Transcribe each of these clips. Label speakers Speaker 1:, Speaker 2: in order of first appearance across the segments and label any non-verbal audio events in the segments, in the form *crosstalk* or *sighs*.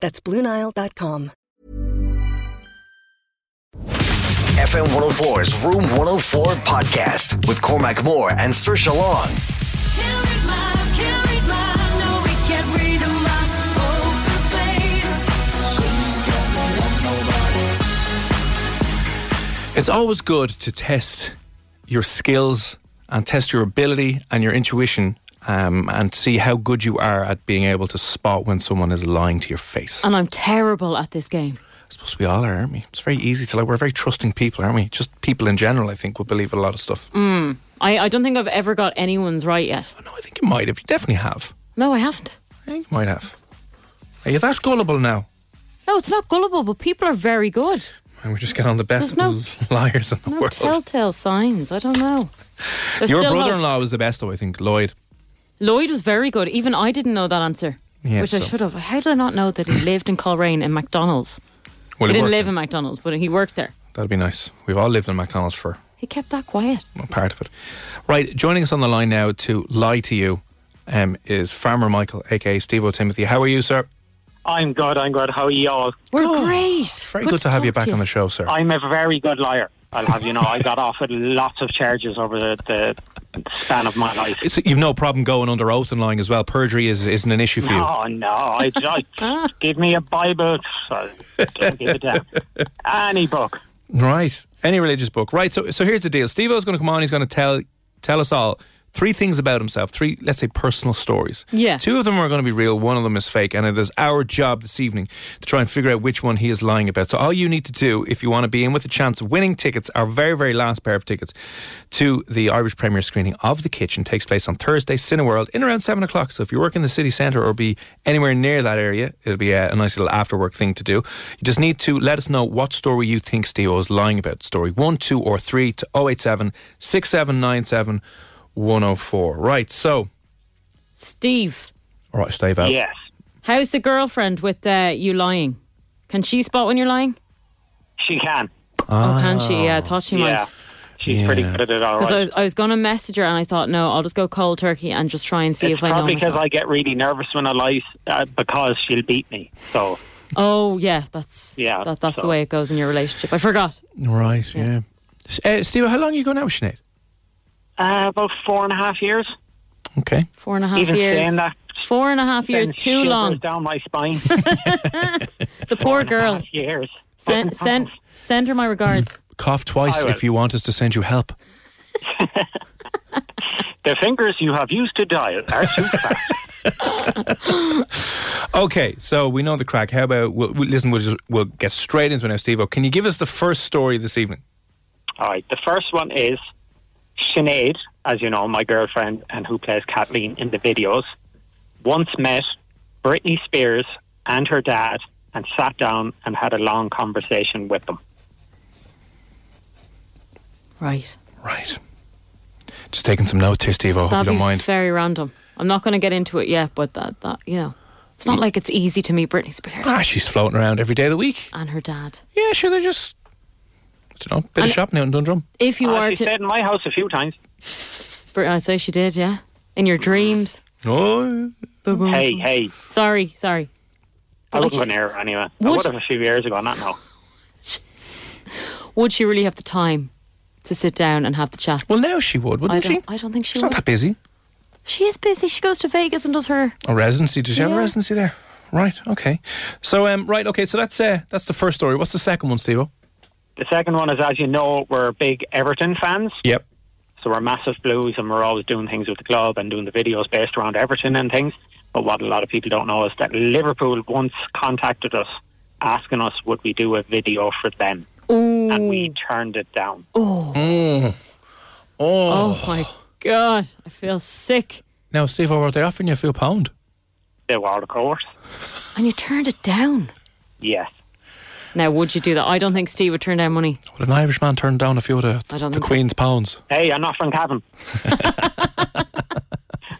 Speaker 1: That's BlueNile.com.
Speaker 2: FM 104's Room 104 podcast with Cormac Moore and Sir Long.
Speaker 3: It's always good to test your skills and test your ability and your intuition um, and see how good you are at being able to spot when someone is lying to your face. I
Speaker 4: And I'm terrible at this game.
Speaker 3: suppose we all are, aren't we? It's very easy to like, we're very trusting people, aren't we? Just people in general, I think, would believe a lot of stuff.
Speaker 4: Mm. I, I don't think I've ever got anyone's right yet.
Speaker 3: No, I think you might have. You definitely have.
Speaker 4: No, I haven't.
Speaker 3: I think you might have. Are you that gullible now?
Speaker 4: No, it's not gullible, but people are very good.
Speaker 3: And we just get on the best *laughs*
Speaker 4: There's
Speaker 3: liars in the
Speaker 4: No
Speaker 3: world.
Speaker 4: telltale signs. I don't know. There's
Speaker 3: Your
Speaker 4: still hope.
Speaker 3: brother in law was the best, though, I think, Lloyd.
Speaker 4: Lloyd was very good. Even I didn't know that answer,
Speaker 3: Yeah,
Speaker 4: which I
Speaker 3: so-
Speaker 4: should have. How did I not know
Speaker 3: *clears throat*
Speaker 4: that he lived in Coleraine in McDonald's?
Speaker 3: Well,
Speaker 4: he didn't
Speaker 3: worked
Speaker 4: live
Speaker 3: there.
Speaker 4: in McDonald's, but he worked there.
Speaker 3: That'd be nice. We've all lived in McDonald's for
Speaker 4: He kept that quiet.
Speaker 3: well, part of it. Right, joining us on the line now to lie to you um, is Farmer Michael, aka Steve O'Timothy. How are you, sir?
Speaker 5: I'm good, I'm good. How are you all?
Speaker 4: We're great.
Speaker 3: Very good, to have you
Speaker 4: talk
Speaker 3: back on the show, sir.
Speaker 5: I'm a very good liar. I'll have you know, I got off with lots of charges over the, the span of my life.
Speaker 3: It's- you've no problem going under oath and lying as well. Perjury is, isn't an issue for you.
Speaker 5: Oh no! I,
Speaker 4: *laughs*
Speaker 5: I give me a Bible. I don't give it down. Any book.
Speaker 3: Right. Any religious book. Right. So so here's the deal. Steve O's going to come on. He's going to tell tell us all three things about himself. Three, let's say, personal stories.
Speaker 4: Yeah.
Speaker 3: Two of them are going to be real. One of them is fake. And it is our job this evening to try and figure out which one he is lying about. So all you need to do, if you want to be in with a chance of winning tickets, our very very last pair of tickets to the Irish premiere screening of The Kitchen takes place on Thursday, Cineworld, in around seven o'clock. So if you work in the city centre or be anywhere near that area, it'll be a, a nice little after work thing to do. You just need to let us know what story you think Steve is lying about. Story one, two, or three to 087 6797 104. Right, so.
Speaker 4: Steve,
Speaker 3: All right, Steve out.
Speaker 5: Yes,
Speaker 4: how's the girlfriend with uh, you lying? Can she spot when you're lying?
Speaker 5: she can.
Speaker 4: Oh, can she? Yeah, I thought she
Speaker 5: Yeah,
Speaker 4: might.
Speaker 5: she's pretty good at it. All
Speaker 4: Because I
Speaker 5: right.
Speaker 4: was, I was going to message her and I thought, no, I'll just go cold turkey and just try and see
Speaker 5: it's
Speaker 4: if I know
Speaker 5: probably because
Speaker 4: myself.
Speaker 5: I get really nervous when I lie uh, because she'll beat me. So
Speaker 4: Oh, yeah, that's yeah,
Speaker 5: Yeah,
Speaker 4: that, that's the
Speaker 5: so-
Speaker 4: way it goes in your relationship. I forgot.
Speaker 3: Right, yeah. S- Uh, Steve, how long are you going out with Sinead?
Speaker 5: uh, about four and a half years.
Speaker 3: Okay.
Speaker 4: Four and a half
Speaker 5: Even
Speaker 4: years.
Speaker 5: saying that
Speaker 4: Four and a half years,
Speaker 5: sends
Speaker 4: too
Speaker 5: shivers
Speaker 4: long.
Speaker 5: down
Speaker 4: *laughs*
Speaker 5: my spine. *laughs*
Speaker 4: The poor girl.
Speaker 5: Half years.
Speaker 4: Send, send, send her my regards.
Speaker 3: Cough twice
Speaker 5: I will.
Speaker 3: if you want us to send you help.
Speaker 5: The fingers you have used to dial are too fast.
Speaker 3: Okay, so we know the crack. How about we'll, we listen? We'll, just, we'll get straight into it now, Steve. Can you give us the first story this evening?
Speaker 5: All right. The first one is Sinead, as you know, my girlfriend and who plays Kathleen in the videos, once met Britney Spears and her dad and sat down and had a long conversation with them.
Speaker 4: Right.
Speaker 3: Right. Just taking some notes here, Steve. I hope you
Speaker 4: That'd
Speaker 3: don't
Speaker 4: be
Speaker 3: mind.
Speaker 4: very random. I'm not going to get into it yet, but that, that you know, it's
Speaker 5: Mm.
Speaker 4: not like it's easy to meet Britney Spears
Speaker 3: ah, she's floating around every day of the week.
Speaker 4: and her dad.
Speaker 3: Yeah, sure. They're just, I don't know, bit of shopping out in Dundrum.
Speaker 4: If you
Speaker 5: Uh,
Speaker 4: are
Speaker 5: she
Speaker 4: to.
Speaker 5: stayed in my house a few times.
Speaker 4: Brit- I say she did, yeah. In your dreams.
Speaker 3: Oh,
Speaker 4: Boom.
Speaker 5: Hey, hey.
Speaker 4: Sorry, sorry.
Speaker 5: I
Speaker 4: like
Speaker 5: wouldn't go near her anyway. I
Speaker 4: Would-
Speaker 5: would have a few years ago, not now.
Speaker 4: Would she really have the time to sit down and have the chat?
Speaker 3: well, now she would,
Speaker 4: I
Speaker 3: wouldn't
Speaker 4: don't,
Speaker 3: she?
Speaker 4: I don't think she
Speaker 3: she's
Speaker 4: would.
Speaker 3: not that busy.
Speaker 4: She is busy. She goes to Vegas and does her.
Speaker 3: A residency? Does she have a
Speaker 4: Yeah.
Speaker 3: residency there? Right. Okay. So um, right. Okay. So that's uh, that's the first story. What's the second one, Steve?
Speaker 5: The second one is, as you know, we're big Everton fans.
Speaker 3: Yep.
Speaker 5: So we're massive blues and we're always doing things with the club and doing the videos based around Everton and things. But what a lot of people don't know is that Liverpool once contacted us asking us would we do a video for them. And we turned it down.
Speaker 4: Oh. my god, I feel sick.
Speaker 3: Now, Steve, were they offering you a few pound?
Speaker 5: They were, of course.
Speaker 4: And you turned it down.
Speaker 5: Yes.
Speaker 4: Now, would you do that? I don't think Steve would turn down money.
Speaker 3: Would an Irish man turn down a few of the,
Speaker 4: I don't
Speaker 3: the
Speaker 4: think so.
Speaker 3: Queen's pounds?
Speaker 5: Hey, I'm not from Cavan.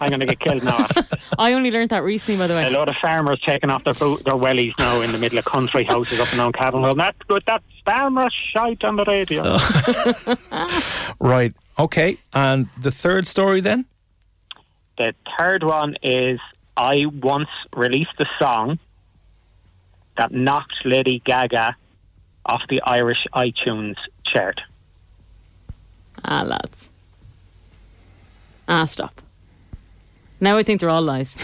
Speaker 5: I'm going to get killed now.
Speaker 4: I only learned that recently, by the
Speaker 5: A
Speaker 4: way.
Speaker 5: lot of farmers taking off their boot, their wellies now in the middle of country houses up and down Cavan. Well, that's good. That's farmer shite on the radio.
Speaker 3: Right. Okay. And the third story then?
Speaker 5: The third one is I once released a song that knocked Lady Gaga off the Irish iTunes chart.
Speaker 4: Ah, lads. Ah, stop. Now I think they're all lies.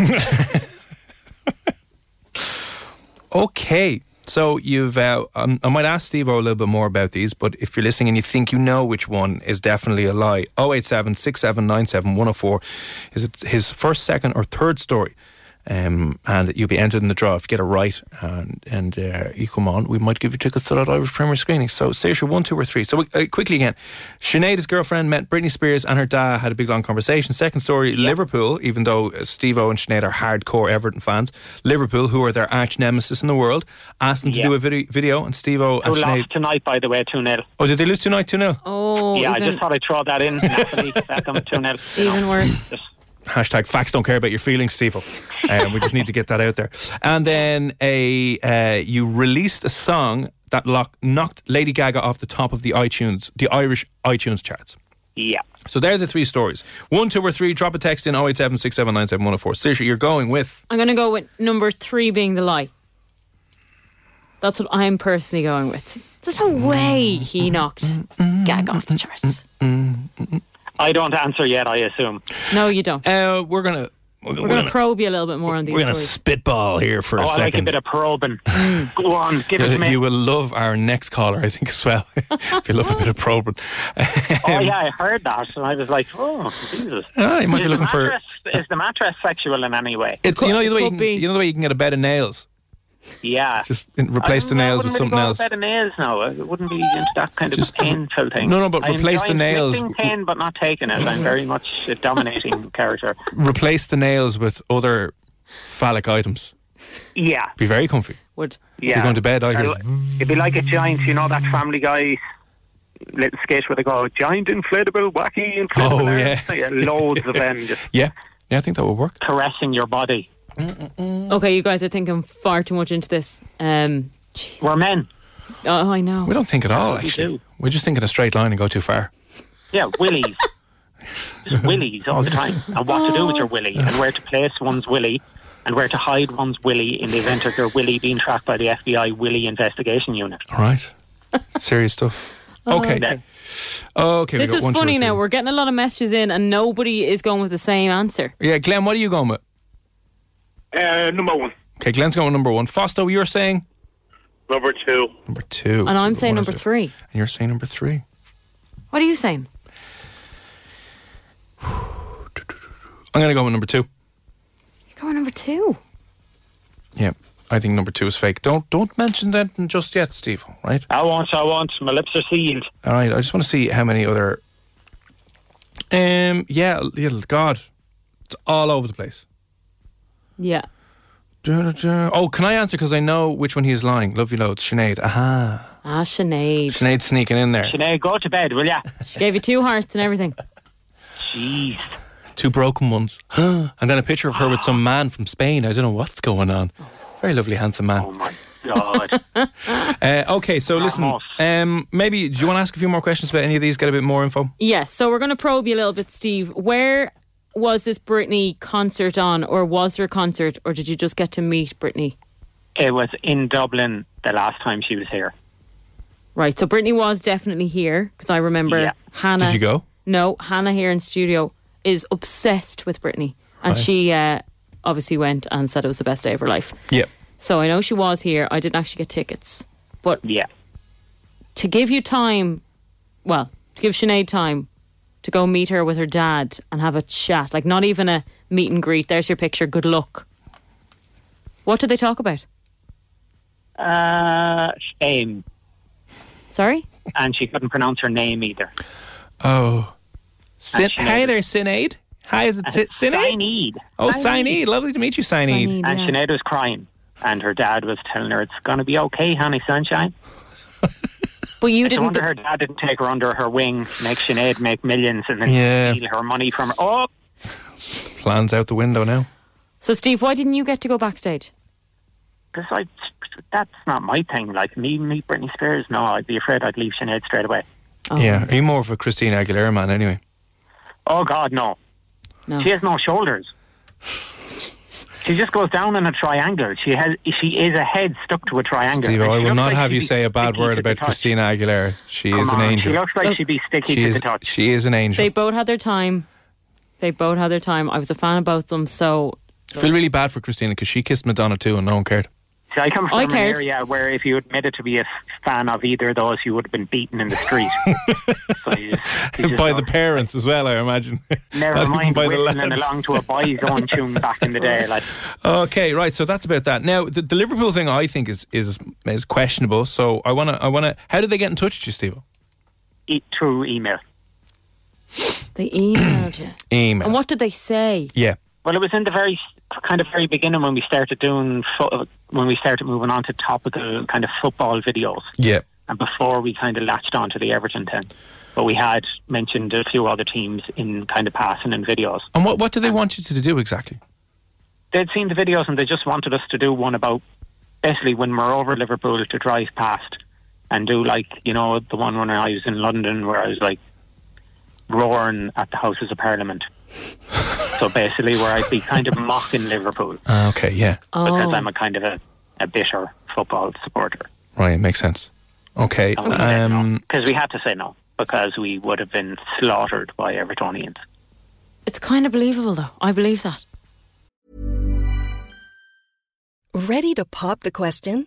Speaker 3: Okay. So you've, uh, um, I might ask Steve a little bit more about these, but if you're listening and you think you know which one is definitely a lie, 087 6797 104 is it his first, second, or third story? Um, and you'll be entered in the draw if you get it right. And, and uh, you come on, we might give you tickets to that Irish Premier screening. So, Sasha, one, two, or three. So, uh, quickly again Sinead's girlfriend met Britney Spears and her dad, had a big long conversation. Second story, Liverpool, even though uh, Steve O and Sinead are hardcore Everton fans, Liverpool, who are their arch nemesis in the world, asked them to
Speaker 5: Yeah.
Speaker 3: do a video, video and Steve O
Speaker 5: Who
Speaker 3: and Sinead.
Speaker 5: lost tonight, by the way, 2 0.
Speaker 3: Oh, did they lose 2 night 2 0?
Speaker 4: Oh,
Speaker 5: yeah, I
Speaker 4: even,
Speaker 5: just thought I'd throw that in. Natalie, Beckham, 2 0.
Speaker 4: even worse.
Speaker 3: Hashtag facts don't care about your feelings, Steve. Um, we just need to get that out there. And then a uh, you released a song that lock, knocked Lady Gaga off the top of the iTunes, the Irish iTunes charts.
Speaker 5: Yeah.
Speaker 3: So there are the three stories. One, two, or three. Drop a text in 087 Sisha, oh you're going with.
Speaker 4: I'm going to go with number three being the lie. That's what I'm personally going with. There's no way he knocked Gag off the charts.
Speaker 5: I don't answer yet, I assume.
Speaker 4: No, you don't.
Speaker 3: Uh, we're gonna we're,
Speaker 4: We're going to probe you a little bit more on these
Speaker 3: we're gonna
Speaker 4: stories.
Speaker 3: spitball here for
Speaker 5: Oh,
Speaker 3: a
Speaker 5: I like a
Speaker 3: second.
Speaker 5: bit of probing. Go on, give it to me.
Speaker 3: you will love our next caller, I think, as well. *laughs* if you love a bit of
Speaker 4: *laughs*
Speaker 3: probing,
Speaker 5: oh, yeah, I heard that, and I was like, oh, Jesus.
Speaker 3: Ah, you might be
Speaker 5: Is the
Speaker 3: looking for.
Speaker 5: mattress- Is the mattress sexual in any way?
Speaker 3: It's you know the way you
Speaker 4: could
Speaker 3: can,
Speaker 4: be.
Speaker 3: you know the way you can get a bed of nails.
Speaker 5: Yeah.
Speaker 3: Just in- replace the
Speaker 5: I don't know, I
Speaker 3: nails with
Speaker 5: wouldn't really
Speaker 3: something
Speaker 5: go
Speaker 3: else.
Speaker 5: Better nails now. I wouldn't be into that kind of painful thing.
Speaker 3: No, no, but
Speaker 5: I
Speaker 3: replace the
Speaker 5: enjoy
Speaker 3: nails.
Speaker 5: inflicting pain, but not taking it. I'm very much
Speaker 3: *laughs*
Speaker 5: a dominating character.
Speaker 3: Replace the nails with other phallic items.
Speaker 5: Yeah,
Speaker 3: Be very comfy.
Speaker 4: Would.
Speaker 5: yeah.
Speaker 3: going to bed, I hear.
Speaker 5: It'd be like a giant, you know, that Family Guy little skit where they go giant inflatable, wacky inflatable.
Speaker 3: Oh,
Speaker 5: arms." *laughs*
Speaker 3: yeah.
Speaker 5: loads of them just
Speaker 3: Yeah, yeah, I think that would work.
Speaker 5: caressing your body.
Speaker 4: Okay, you guys are thinking far too much into this. Um, jeez.
Speaker 5: We're men.
Speaker 4: oh, I know.
Speaker 3: We don't think at all.
Speaker 5: we
Speaker 3: Actually,
Speaker 5: do.
Speaker 3: we just think in a straight line and go too far.
Speaker 5: Yeah, willies. Just willies all the time. And what to do with your willy and where to place one's willy and where to hide one's willy in the event of your willy being tracked by the FBI Willy Investigation Unit.
Speaker 3: All
Speaker 4: *laughs*
Speaker 3: right, serious stuff.
Speaker 4: Oh,
Speaker 3: Okay,
Speaker 5: okay.
Speaker 3: Oh, okay. we
Speaker 4: This
Speaker 3: got
Speaker 4: is
Speaker 3: one, two, or
Speaker 4: funny
Speaker 3: three.
Speaker 4: now. We're getting a lot of messages in, and nobody is going with the same answer.
Speaker 3: Yeah, Glenn, what are you going with?
Speaker 6: Uh, number one.
Speaker 3: Okay, Glenn's going with number one. Fosto, you're saying
Speaker 6: Number two.
Speaker 3: number two,
Speaker 4: And I'm
Speaker 3: What is
Speaker 4: saying number
Speaker 3: it?
Speaker 4: three.
Speaker 3: and you're saying number three.
Speaker 4: What are you saying?
Speaker 3: I'm going to go with number two.
Speaker 4: You're going number two.
Speaker 3: Yeah, I think number two is fake. Don't don't mention that just yet, Steve. all Right.
Speaker 5: I want, I want. My lips are sealed.
Speaker 3: All right, I just want to see how many other. Um. Yeah. Little God, it's all over the place.
Speaker 4: Yeah.
Speaker 3: Du-du-du. Oh, can I answer? Because I know which one he is lying. Love you loads, Sinead. Aha,
Speaker 4: Ah, Sinead.
Speaker 3: Sinead sneaking in there.
Speaker 5: Sinead, go to bed, will ya?
Speaker 4: She gave you two hearts and everything.
Speaker 5: Jeez.
Speaker 3: Two broken
Speaker 4: *gasps*
Speaker 3: ones, and then a picture of her with some man from Spain. I don't know what's going on. Very lovely, handsome
Speaker 5: Oh,
Speaker 3: man.
Speaker 5: my God.
Speaker 3: Uh, okay, so listen.
Speaker 5: off.
Speaker 3: Um, maybe do you want to ask a few more questions about any of these? Get a bit more info.
Speaker 4: Yes, so we're going to probe you a little bit, Steve. Where was this Britney concert on, or was there a concert, or did you just get to meet Britney?
Speaker 5: it was in Dublin the last time she was here.
Speaker 4: Right, so Britney was definitely here because I remember
Speaker 5: Yeah.
Speaker 4: Hannah.
Speaker 3: Did you go?
Speaker 4: No, Hannah here in studio is obsessed with Britney, and she uh, obviously went and said it was the best day of her life.
Speaker 3: Yeah.
Speaker 4: So I know she was here. I didn't actually get tickets. But
Speaker 5: Yeah.
Speaker 4: to give you time, well, to give Sinead time to go meet her with her dad and have a chat, like not even a meet and greet. There's your picture. Good luck. What did they talk about?
Speaker 5: Uh, shame.
Speaker 4: Sorry?
Speaker 5: And she couldn't pronounce her name either.
Speaker 3: Oh. Sin-
Speaker 5: Sinead.
Speaker 3: Hi there, Sinead. Hi, is it Si- Sinead?
Speaker 5: Sinead.
Speaker 3: Oh, Sinead. Lovely to meet you, Sinead.
Speaker 4: Sinead,
Speaker 5: And
Speaker 4: yeah.
Speaker 5: Sinead was crying. And her dad was telling her, it's going to be okay, honey, sunshine.
Speaker 4: But you
Speaker 5: I
Speaker 4: didn't.
Speaker 5: wonder her dad didn't take her under her wing, make Sinead make millions, and then
Speaker 3: Yeah.
Speaker 5: steal her money from her. Oh,
Speaker 3: Plans out the window now.
Speaker 4: so, Steve, why didn't you get to go backstage?
Speaker 5: because I, that's not my thing. Like, me, me, Britney Spears, no, I'd be afraid I'd leave Sinead straight away.
Speaker 4: Oh,
Speaker 3: Yeah. Are you more of a Christine Aguilera man anyway?
Speaker 5: Oh, God, no.
Speaker 4: No.
Speaker 5: She has no shoulders. She just goes down in a triangle. She has. She is a head stuck to a triangle.
Speaker 3: Steve,
Speaker 5: And
Speaker 3: I
Speaker 5: she
Speaker 3: will
Speaker 5: looks
Speaker 3: not
Speaker 5: like
Speaker 3: have
Speaker 5: she'd
Speaker 3: you
Speaker 5: be
Speaker 3: say a bad
Speaker 5: sticky
Speaker 3: word
Speaker 5: to the
Speaker 3: about
Speaker 5: touch.
Speaker 3: Christina Aguilera. She
Speaker 5: Come
Speaker 3: is an
Speaker 5: on, She
Speaker 3: angel.
Speaker 5: looks like she'd be sticky
Speaker 3: She
Speaker 5: to
Speaker 3: is,
Speaker 5: the touch.
Speaker 3: she is an angel.
Speaker 4: They both had their time. They both had their time. I was a fan of both of them. So,
Speaker 3: I feel really bad for Christina because she kissed Madonna too and no one cared.
Speaker 5: See, I come from
Speaker 4: I
Speaker 5: an
Speaker 4: cared.
Speaker 5: area where if you admitted to be a fan of either of those, you would have been beaten in
Speaker 3: *laughs*
Speaker 5: the street. so you just, you just
Speaker 3: by the
Speaker 5: don't-
Speaker 3: parents as well, I imagine. *laughs* Not
Speaker 5: Never
Speaker 3: even
Speaker 5: mind
Speaker 3: by the
Speaker 5: whistling
Speaker 3: lads.
Speaker 5: along to a boy's
Speaker 3: *laughs*
Speaker 5: own tune back in the day. Like,
Speaker 3: Okay, right. So that's about that. Now, the, the Liverpool thing I think is is is questionable. So I wanna I wanna. How did they get in touch with you, Steve?
Speaker 5: eat through email.
Speaker 4: they emailed
Speaker 5: *coughs*
Speaker 4: you.
Speaker 3: Email.
Speaker 4: And what did they say?
Speaker 3: Yeah.
Speaker 5: Well, it was in the very kind of very beginning when we started doing fo- when we started moving on to topical kind of football videos,
Speaker 3: Yeah.
Speaker 5: and before we kind of latched on to the Everton thing. But we had mentioned a few other teams in kind of passing and videos.
Speaker 3: And what what do they want you to do exactly?
Speaker 5: they'd seen the videos and they just wanted us to do one about basically when we're over Liverpool to drive past and do like you know the one when I was in London where I was like roaring at the Houses of Parliament. so basically, where I'd be kind of mocking Liverpool
Speaker 3: Uh, okay. Yeah.
Speaker 4: Oh,
Speaker 5: because I'm a kind of a, a bitter football supporter.
Speaker 3: Right. Makes sense. Okay.
Speaker 5: Because we, said no.
Speaker 3: Um.
Speaker 5: 'Cause we had to say no because we would have been slaughtered by Evertonians.
Speaker 4: it's kind of believable, though. I believe that.
Speaker 1: Ready to pop the question?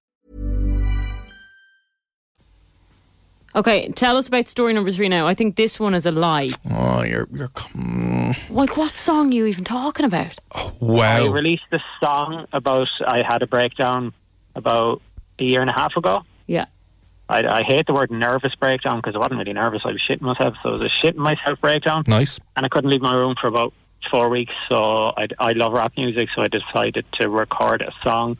Speaker 4: Okay, tell us about story number three now. I think this one is a lie.
Speaker 3: Oh, you're you're. com-
Speaker 4: Like, what song are you even talking about?
Speaker 3: oh, Wow.
Speaker 5: I released this song about I had a breakdown about a year and a half ago.
Speaker 4: Yeah.
Speaker 5: I, I hate the word nervous breakdown because I wasn't really nervous. I was shitting myself, so it was a shitting myself breakdown,
Speaker 3: nice.
Speaker 5: and I couldn't leave my room for about four weeks. So I, I love rap music, so I decided to record a song,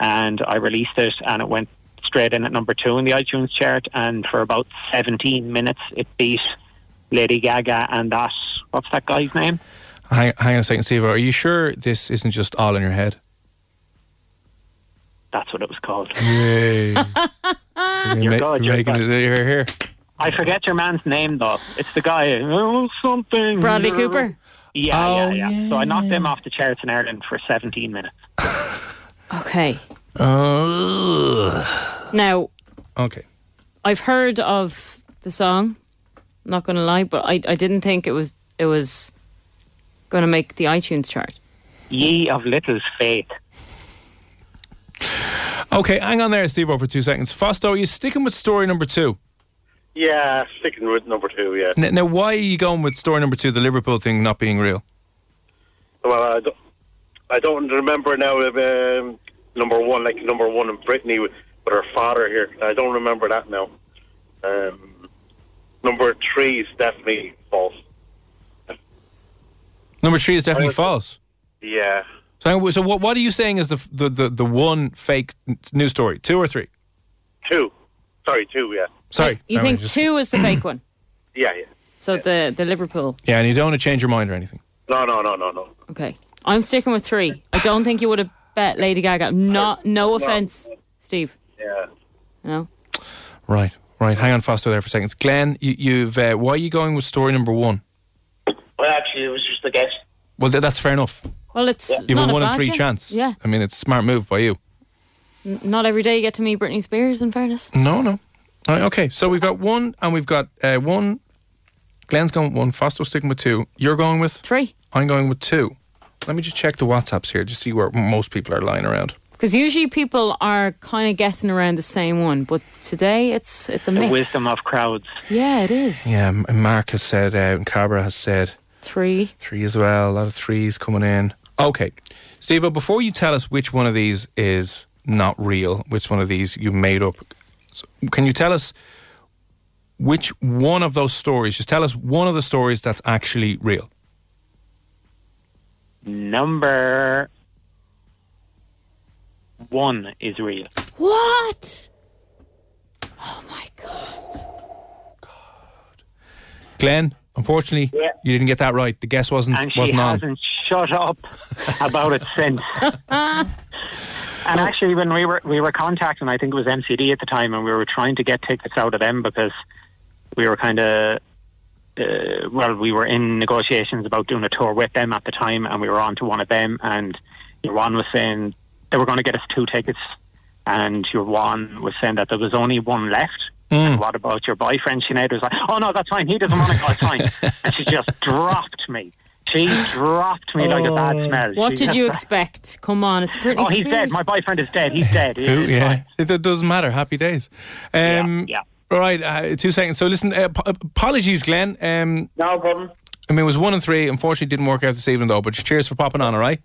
Speaker 5: and I released it, and it went straight in at number two in the iTunes chart, and for about 17 minutes it beat Lady Gaga and that what's that guy's name?
Speaker 3: Hang, hang on a second, Steve. Are you sure this isn't just all in your head?
Speaker 5: That's what it was called. *laughs*
Speaker 3: Yay. you're
Speaker 5: You're good, you're
Speaker 3: making
Speaker 5: good.
Speaker 3: it. You're here.
Speaker 5: I forget your man's name though. It's the guy. Oh, something.
Speaker 3: Mm.
Speaker 4: Bradley Cooper.
Speaker 5: Yeah,
Speaker 3: Oh,
Speaker 5: yeah, yeah, So I knocked them off the charts in Ireland for 17 minutes.
Speaker 4: Okay. Now,
Speaker 3: Okay.
Speaker 4: I've heard of the song. Not going to lie, but I, I didn't think it was it was going to make the iTunes chart.
Speaker 5: Ye of little faith.
Speaker 3: Okay, hang on there, Steve, for two seconds. Fosto, are you sticking with story number two?
Speaker 6: Yeah, sticking with number two, yeah.
Speaker 3: N- now, why are you going with story number two, the Liverpool thing not being real?
Speaker 6: Well, I don't, I don't remember now of um, number one, like number one in Brittany with, with her father here. I don't remember that now. Um, number three is definitely false.
Speaker 3: Number three is definitely false.
Speaker 6: Yeah.
Speaker 3: So, so what, what are you saying is the, f- the, the, the one fake n- news story? Two or three?
Speaker 6: Two. Sorry, two, yeah.
Speaker 3: Sorry.
Speaker 4: You
Speaker 3: All right,
Speaker 4: think
Speaker 3: just-
Speaker 4: two is the fake one?
Speaker 6: Yeah, yeah.
Speaker 4: So the the Liverpool.
Speaker 3: Yeah, and you don't want to change your mind or anything.
Speaker 6: No, no, no, no, no.
Speaker 4: Okay, I'm sticking with three. I don't think you would have bet Lady Gaga. Not no offense, Steve.
Speaker 6: Yeah.
Speaker 4: No.
Speaker 3: Right, right. Hang on, Fosto, there for seconds. Glenn, you, you've uh, why are you going with story number one?
Speaker 7: Well, actually, it was just a guess.
Speaker 3: Well, th- that's fair enough.
Speaker 4: Well, it's
Speaker 3: You've
Speaker 4: not
Speaker 3: a
Speaker 4: a
Speaker 3: one in
Speaker 4: bad
Speaker 3: three
Speaker 4: guess.
Speaker 3: chance.
Speaker 4: Yeah,
Speaker 3: I mean, it's a smart move by you.
Speaker 4: not every day you get to meet Britney Spears. In fairness,
Speaker 3: No, no. All right, okay, so we've got one, and we've got uh, one. Glenn's going with one. Fosto's sticking with two. You're going with
Speaker 4: three.
Speaker 3: I'm going with two. Let me just check the WhatsApps here, just see where most people are lying around.
Speaker 4: Because usually people are kind of guessing around the same one, but today it's it's a
Speaker 5: The
Speaker 4: mix.
Speaker 5: wisdom of crowds.
Speaker 4: Yeah, it is.
Speaker 3: Yeah, M- Mark has said, uh, and Cabra has said
Speaker 4: Three.
Speaker 3: three as well. A lot of threes coming in. Okay, Steve, before you tell us which one of these is not real, which one of these you made up, s- can you tell us which one of those stories? Just tell us one of the stories that's actually real.
Speaker 5: Number one is real.
Speaker 4: What? Oh my god.
Speaker 3: Glenn, unfortunately,
Speaker 6: Yeah.
Speaker 3: you didn't get that right. The guess wasn't
Speaker 5: And she
Speaker 3: wasn't on.
Speaker 5: hasn't shut up about it since.
Speaker 3: *laughs*
Speaker 5: and actually, when we were we were contacting, I think it was MCD at the time, and we were trying to get tickets out of them because we were kind of. Uh, well, we were in negotiations about doing a tour with them at the time, and we were on to one of them. And your one was saying they were going to get us two tickets, and your one was saying that there was only one left.
Speaker 3: Hmm.
Speaker 5: And what about your boyfriend? Sinead was like, "Oh no, that's fine. He doesn't want to go.
Speaker 3: *laughs*
Speaker 5: It's fine." and she just dropped me. She dropped me like a
Speaker 3: Oh.
Speaker 5: bad smell.
Speaker 4: What
Speaker 5: She
Speaker 4: did
Speaker 5: just- *laughs*
Speaker 4: you expect? Come on, it's Britney
Speaker 5: Oh,
Speaker 4: Spears.
Speaker 5: he's dead. My boyfriend is dead. He's
Speaker 3: *laughs*
Speaker 5: dead.
Speaker 3: Who?
Speaker 5: It's
Speaker 3: Yeah,
Speaker 5: fine.
Speaker 3: it, it doesn't matter. Happy days. Um,
Speaker 5: Yeah,
Speaker 3: Right, uh, two seconds. So listen, uh, ap- apologies, Glenn. Um,
Speaker 7: No problem.
Speaker 3: I mean, it was one and three. Unfortunately, didn't work out this evening though. But cheers for popping on. All right.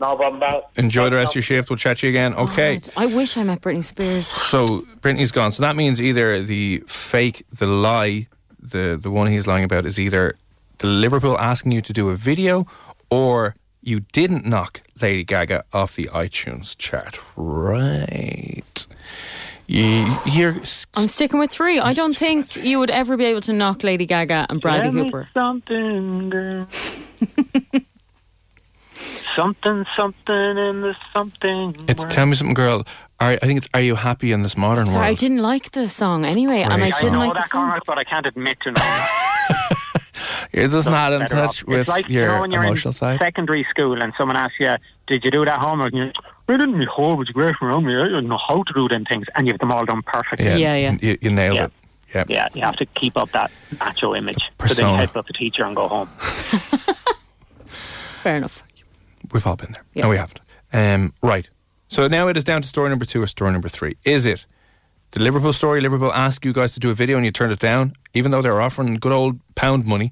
Speaker 7: No problem, pal.
Speaker 3: Enjoy the rest of your shift. We'll chat to you again. Okay.
Speaker 4: God, I wish I met Britney Spears.
Speaker 3: So Brittany's gone. So that means either the fake, the lie, the the one he's lying about is either the Liverpool asking you to do a video, or you didn't knock Lady Gaga off the iTunes chart. Right. You, you're.
Speaker 4: I'm sticking with three. I don't think you would ever be able to knock Lady Gaga and Bradley
Speaker 5: Tell me
Speaker 4: Cooper.
Speaker 5: Something, girl.
Speaker 4: *laughs*
Speaker 5: something, something in the something.
Speaker 3: It's
Speaker 5: world.
Speaker 3: tell me something, girl. Are, I think it's Are you happy in this modern
Speaker 4: Sorry, I
Speaker 3: world?
Speaker 4: didn't like the song anyway, and I
Speaker 3: Great
Speaker 4: didn't
Speaker 3: song.
Speaker 5: I know
Speaker 4: like the
Speaker 5: that,
Speaker 4: film.
Speaker 5: Cormac, but I can't admit to knowing.
Speaker 3: You're just not in
Speaker 5: better
Speaker 3: touch
Speaker 5: off.
Speaker 3: with
Speaker 5: it's like,
Speaker 3: your
Speaker 5: you know, when you're
Speaker 3: emotional
Speaker 5: in
Speaker 3: side.
Speaker 5: Secondary school, and someone asks you, "Did you do that homework?" And you're, "I didn't. My whole was great around me. I didn't know how to do them things." And you have them all done perfectly.
Speaker 3: yeah,
Speaker 4: Yeah, yeah.
Speaker 3: You, you nailed
Speaker 5: Yeah.
Speaker 3: it. Yeah.
Speaker 5: Yeah, you have to keep up that macho image. So then
Speaker 3: persona.
Speaker 5: you head up the teacher and go home.
Speaker 4: Fair enough.
Speaker 3: we've all been there.
Speaker 4: Yeah.
Speaker 3: No, we haven't. Um, right. So now it is down to story number two or story number three. Is it the Liverpool story? Liverpool asked you guys to do a video and you turned it down, even though they were offering good old pound money,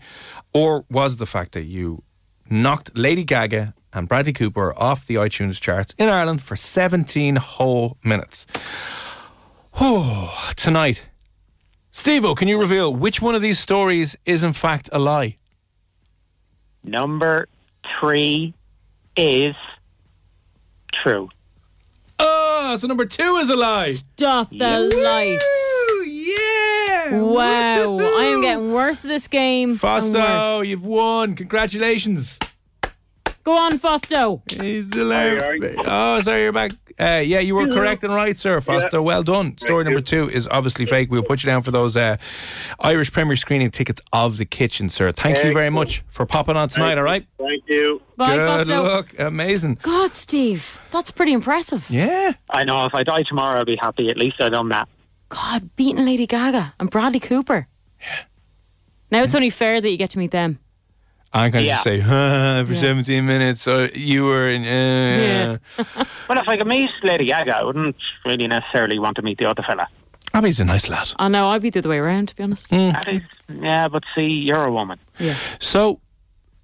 Speaker 3: or was it the fact that you knocked Lady Gaga and Bradley Cooper off the iTunes charts in Ireland for 17 whole minutes? *sighs* Oh, tonight. Steve, can you reveal which one of these stories is in fact a lie?
Speaker 5: Number three is true.
Speaker 3: Oh, so number two is a lie.
Speaker 4: Stop the lights.
Speaker 3: yeah!
Speaker 4: Wow, I am getting worse at this game. and
Speaker 3: Fosto,
Speaker 4: worse.
Speaker 3: you've won. Congratulations.
Speaker 4: Go on, Fosto.
Speaker 3: He's the lar- Oh, sorry, you're back. Uh, yeah, you were correct and right, sir, Foster. Well done. Story number two is obviously fake. We'll put you down for those uh, Irish Premier screening tickets of the kitchen, sir. Thank you very much for popping on tonight, all right?
Speaker 6: Thank you.
Speaker 4: Bye,
Speaker 3: Good
Speaker 4: Fosto.
Speaker 3: luck. Amazing.
Speaker 4: God, Steve, that's pretty impressive.
Speaker 3: Yeah.
Speaker 5: I know if I die tomorrow, I'll be happy. At least I done that.
Speaker 4: God, beating Lady Gaga and Bradley Cooper. Now it's only fair that you get to meet them.
Speaker 3: I'm going to just
Speaker 5: Yeah.
Speaker 3: say, *laughs* huh, for
Speaker 4: Yeah.
Speaker 3: 17 minutes, so you were in. Uh,
Speaker 5: Well, if I could meet Lady Gaga, I wouldn't really necessarily want to meet the other fella.
Speaker 3: I mean, he's a nice lad.
Speaker 4: I know, I'd be the other way around, to be honest.
Speaker 3: Mm.
Speaker 5: That is, yeah, but see, you're a woman.
Speaker 4: Yeah.
Speaker 3: So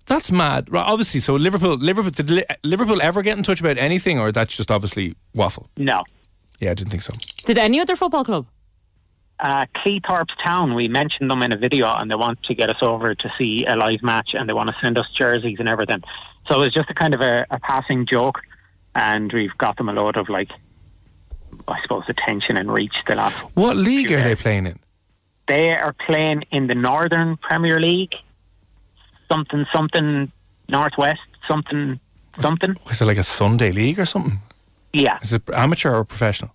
Speaker 3: that's mad. Right, obviously, so Liverpool, Liverpool, did Li- Liverpool ever get in touch about anything, or that's just obviously waffle?
Speaker 5: No.
Speaker 3: Yeah, I didn't think so.
Speaker 4: Did any other football club?
Speaker 5: Uh, Cleethorpes Town, we mentioned them in a video and they want to get us over to see a live match and they want to send us jerseys and everything. So it was just a kind of a, a passing joke and we've got them a load of like, I suppose, attention and reach the last
Speaker 3: What league are they playing in?
Speaker 5: they are playing in the Northern Premier League, something something Northwest something something.
Speaker 3: Is it like a Sunday league or something?
Speaker 5: Yeah,
Speaker 3: Is it amateur or professional?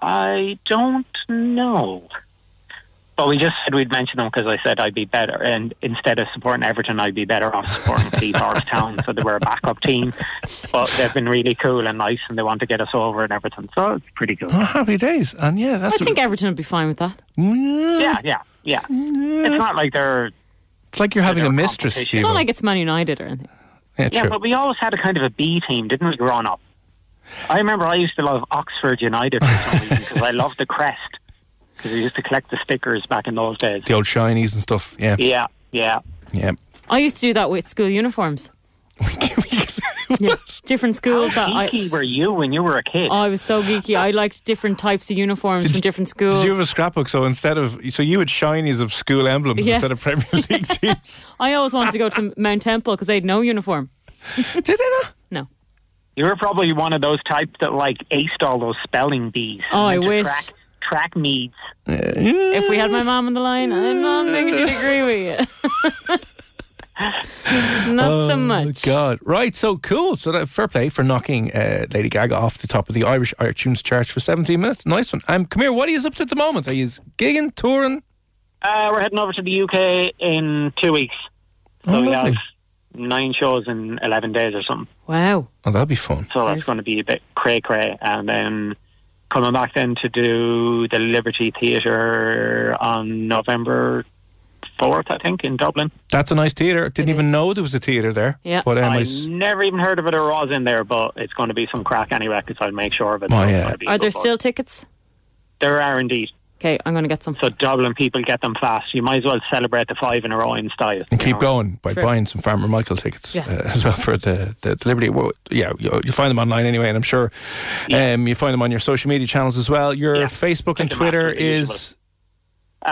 Speaker 5: I don't know, but we just said we'd mention them because I said I'd be better, and instead of supporting Everton, I'd be better off supporting Cleethorpes Town, so they were a backup team. But they've been really cool and nice, and they want to get us over and everything, so it's pretty good.
Speaker 3: Oh, happy days. And yeah, that's.
Speaker 4: I think Everton would be fine with that.
Speaker 3: yeah.
Speaker 5: Yeah, yeah, yeah. It's not like they're
Speaker 3: It's like you're having a
Speaker 5: They're
Speaker 3: mistress,
Speaker 5: competition.
Speaker 3: Steve.
Speaker 4: It's not like it's Man United or anything.
Speaker 3: yeah,
Speaker 5: Yeah,
Speaker 3: true.
Speaker 5: but we always had a kind of a B team, didn't we, growing up? I remember I used to love Oxford United for some reason because I loved the crest because we used to collect the stickers back in those days.
Speaker 3: the old shinies and stuff. Yeah,
Speaker 5: Yeah, yeah.
Speaker 3: yeah.
Speaker 4: I used to do that with school
Speaker 3: *laughs*
Speaker 4: uniforms. yeah, different schools.
Speaker 3: *laughs*
Speaker 4: That I,
Speaker 5: Geeky were you when you were a kid?
Speaker 4: oh, I was so geeky. I liked different types of uniforms from different schools.
Speaker 3: Did you have a scrapbook? So instead of so you had shinies of school emblems
Speaker 4: Yeah.
Speaker 3: instead of Premier
Speaker 4: *laughs*
Speaker 3: League teams.
Speaker 4: I always wanted to go to Mount Temple because I had no uniform.
Speaker 3: Did they not?
Speaker 4: No.
Speaker 5: you were probably one of those types that like aced all those spelling bees.
Speaker 4: Oh, I
Speaker 5: Went to
Speaker 4: wish.
Speaker 5: Track, track meets.
Speaker 4: If we had my mom on the line, I don't think she'd
Speaker 5: *laughs*
Speaker 4: agree with you. *laughs* Not so much.
Speaker 3: Oh, God. Right, so cool. So that fair play for knocking uh, Lady Gaga off the top of the Irish iTunes chart for 17 minutes. Nice one. Um, come here, what are you up to at the moment? Are you gigging, touring?
Speaker 5: Uh, we're heading over to the UK in two weeks, so
Speaker 3: Oh,
Speaker 5: we
Speaker 3: lovely.
Speaker 5: have nine shows in eleven days or something.
Speaker 4: Wow.
Speaker 3: Oh, that'd be fun.
Speaker 5: So that's going to be a bit cray cray. And then coming back then to do the Liberty Theatre on November 4th, I think, in Dublin.
Speaker 3: That's a nice theatre. Didn't even know there was a theatre there.
Speaker 4: Yeah.
Speaker 3: But um, I
Speaker 5: I
Speaker 3: s-
Speaker 5: never even heard of it or was in there, but it's going to be some crack anyway because I'll make sure of it.
Speaker 3: Oh,
Speaker 5: So it's
Speaker 3: yeah.
Speaker 5: gonna be
Speaker 4: Are
Speaker 5: good
Speaker 4: there
Speaker 5: fun.
Speaker 4: still tickets?
Speaker 5: There are indeed.
Speaker 4: Okay, I'm going to get some.
Speaker 5: So Dublin people get them fast. You might as well celebrate the five in a row in style.
Speaker 3: and keep
Speaker 5: you know.
Speaker 3: going by
Speaker 4: Sure.
Speaker 3: buying some Farmer Michael tickets
Speaker 4: Yeah.
Speaker 3: uh, *laughs* as well for the, the, the Liberty. Well, yeah, you- you'll find them online anyway, and I'm sure um, you find them on your social media channels as well. Your
Speaker 5: Yeah.
Speaker 3: Facebook and
Speaker 5: Check them out.
Speaker 3: Twitter
Speaker 5: They're the
Speaker 3: is
Speaker 5: usual.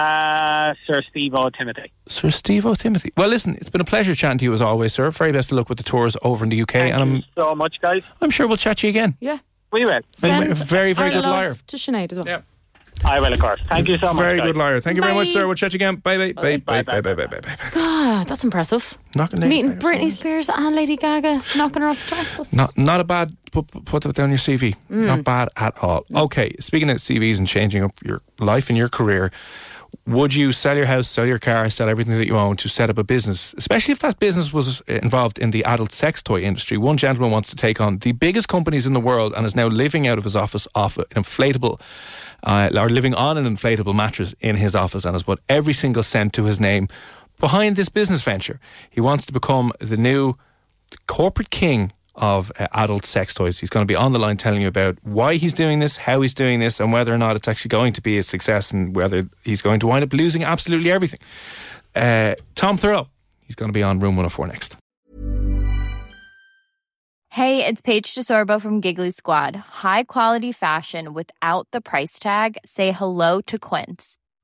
Speaker 5: Uh, Sir Steve O. Timothy.
Speaker 3: Sir Steve O'Timothy. Well, listen, it's been a pleasure chatting to you as always, sir. Very best of luck with the tours over in the UK,
Speaker 5: Thank
Speaker 3: and I'm
Speaker 5: you so much, guys.
Speaker 3: I'm sure we'll chat to you again.
Speaker 4: Yeah.
Speaker 5: We will.
Speaker 4: Send
Speaker 3: very, very
Speaker 4: our
Speaker 3: good
Speaker 4: love
Speaker 3: liar.
Speaker 4: To Sinead as well.
Speaker 3: Yeah.
Speaker 5: I will, of course. Thank you so much.
Speaker 3: Very
Speaker 5: guys.
Speaker 3: good liar. Thank you very much,
Speaker 4: Bye.
Speaker 3: sir. We'll chat to you again. Bye bye bye bye
Speaker 5: Bye.
Speaker 3: bye bye bye bye bye. bye.
Speaker 4: God, that's impressive.
Speaker 3: Knocking Lady
Speaker 4: Meeting
Speaker 3: Gaga.
Speaker 4: Britney Spears and Lady Gaga, knocking her off the tracks. That's-
Speaker 3: Not not a bad put put- put that down your CV. Not bad at all. Okay, speaking of CVs and changing up your life and your career, would you sell your house, sell your car, sell everything that you own to set up a business? Especially if that business was uh, involved in the adult sex toy industry. One gentleman wants to take on the biggest companies in the world and is now living out of his office off an inflatable uh, or living on an inflatable mattress in his office and has put every single cent to his name behind this business venture. He wants to become the new corporate king of uh, adult sex toys. He's going to be on the line telling you about why he's doing this, how he's doing this, and whether or not it's actually going to be a success and whether he's going to wind up losing absolutely everything. Uh, Tom Thurlow, he's going to be on Room 104 next.
Speaker 8: Hey, it's Paige DeSorbo from Giggly Squad. High quality fashion without the price tag. Say hello to Quince.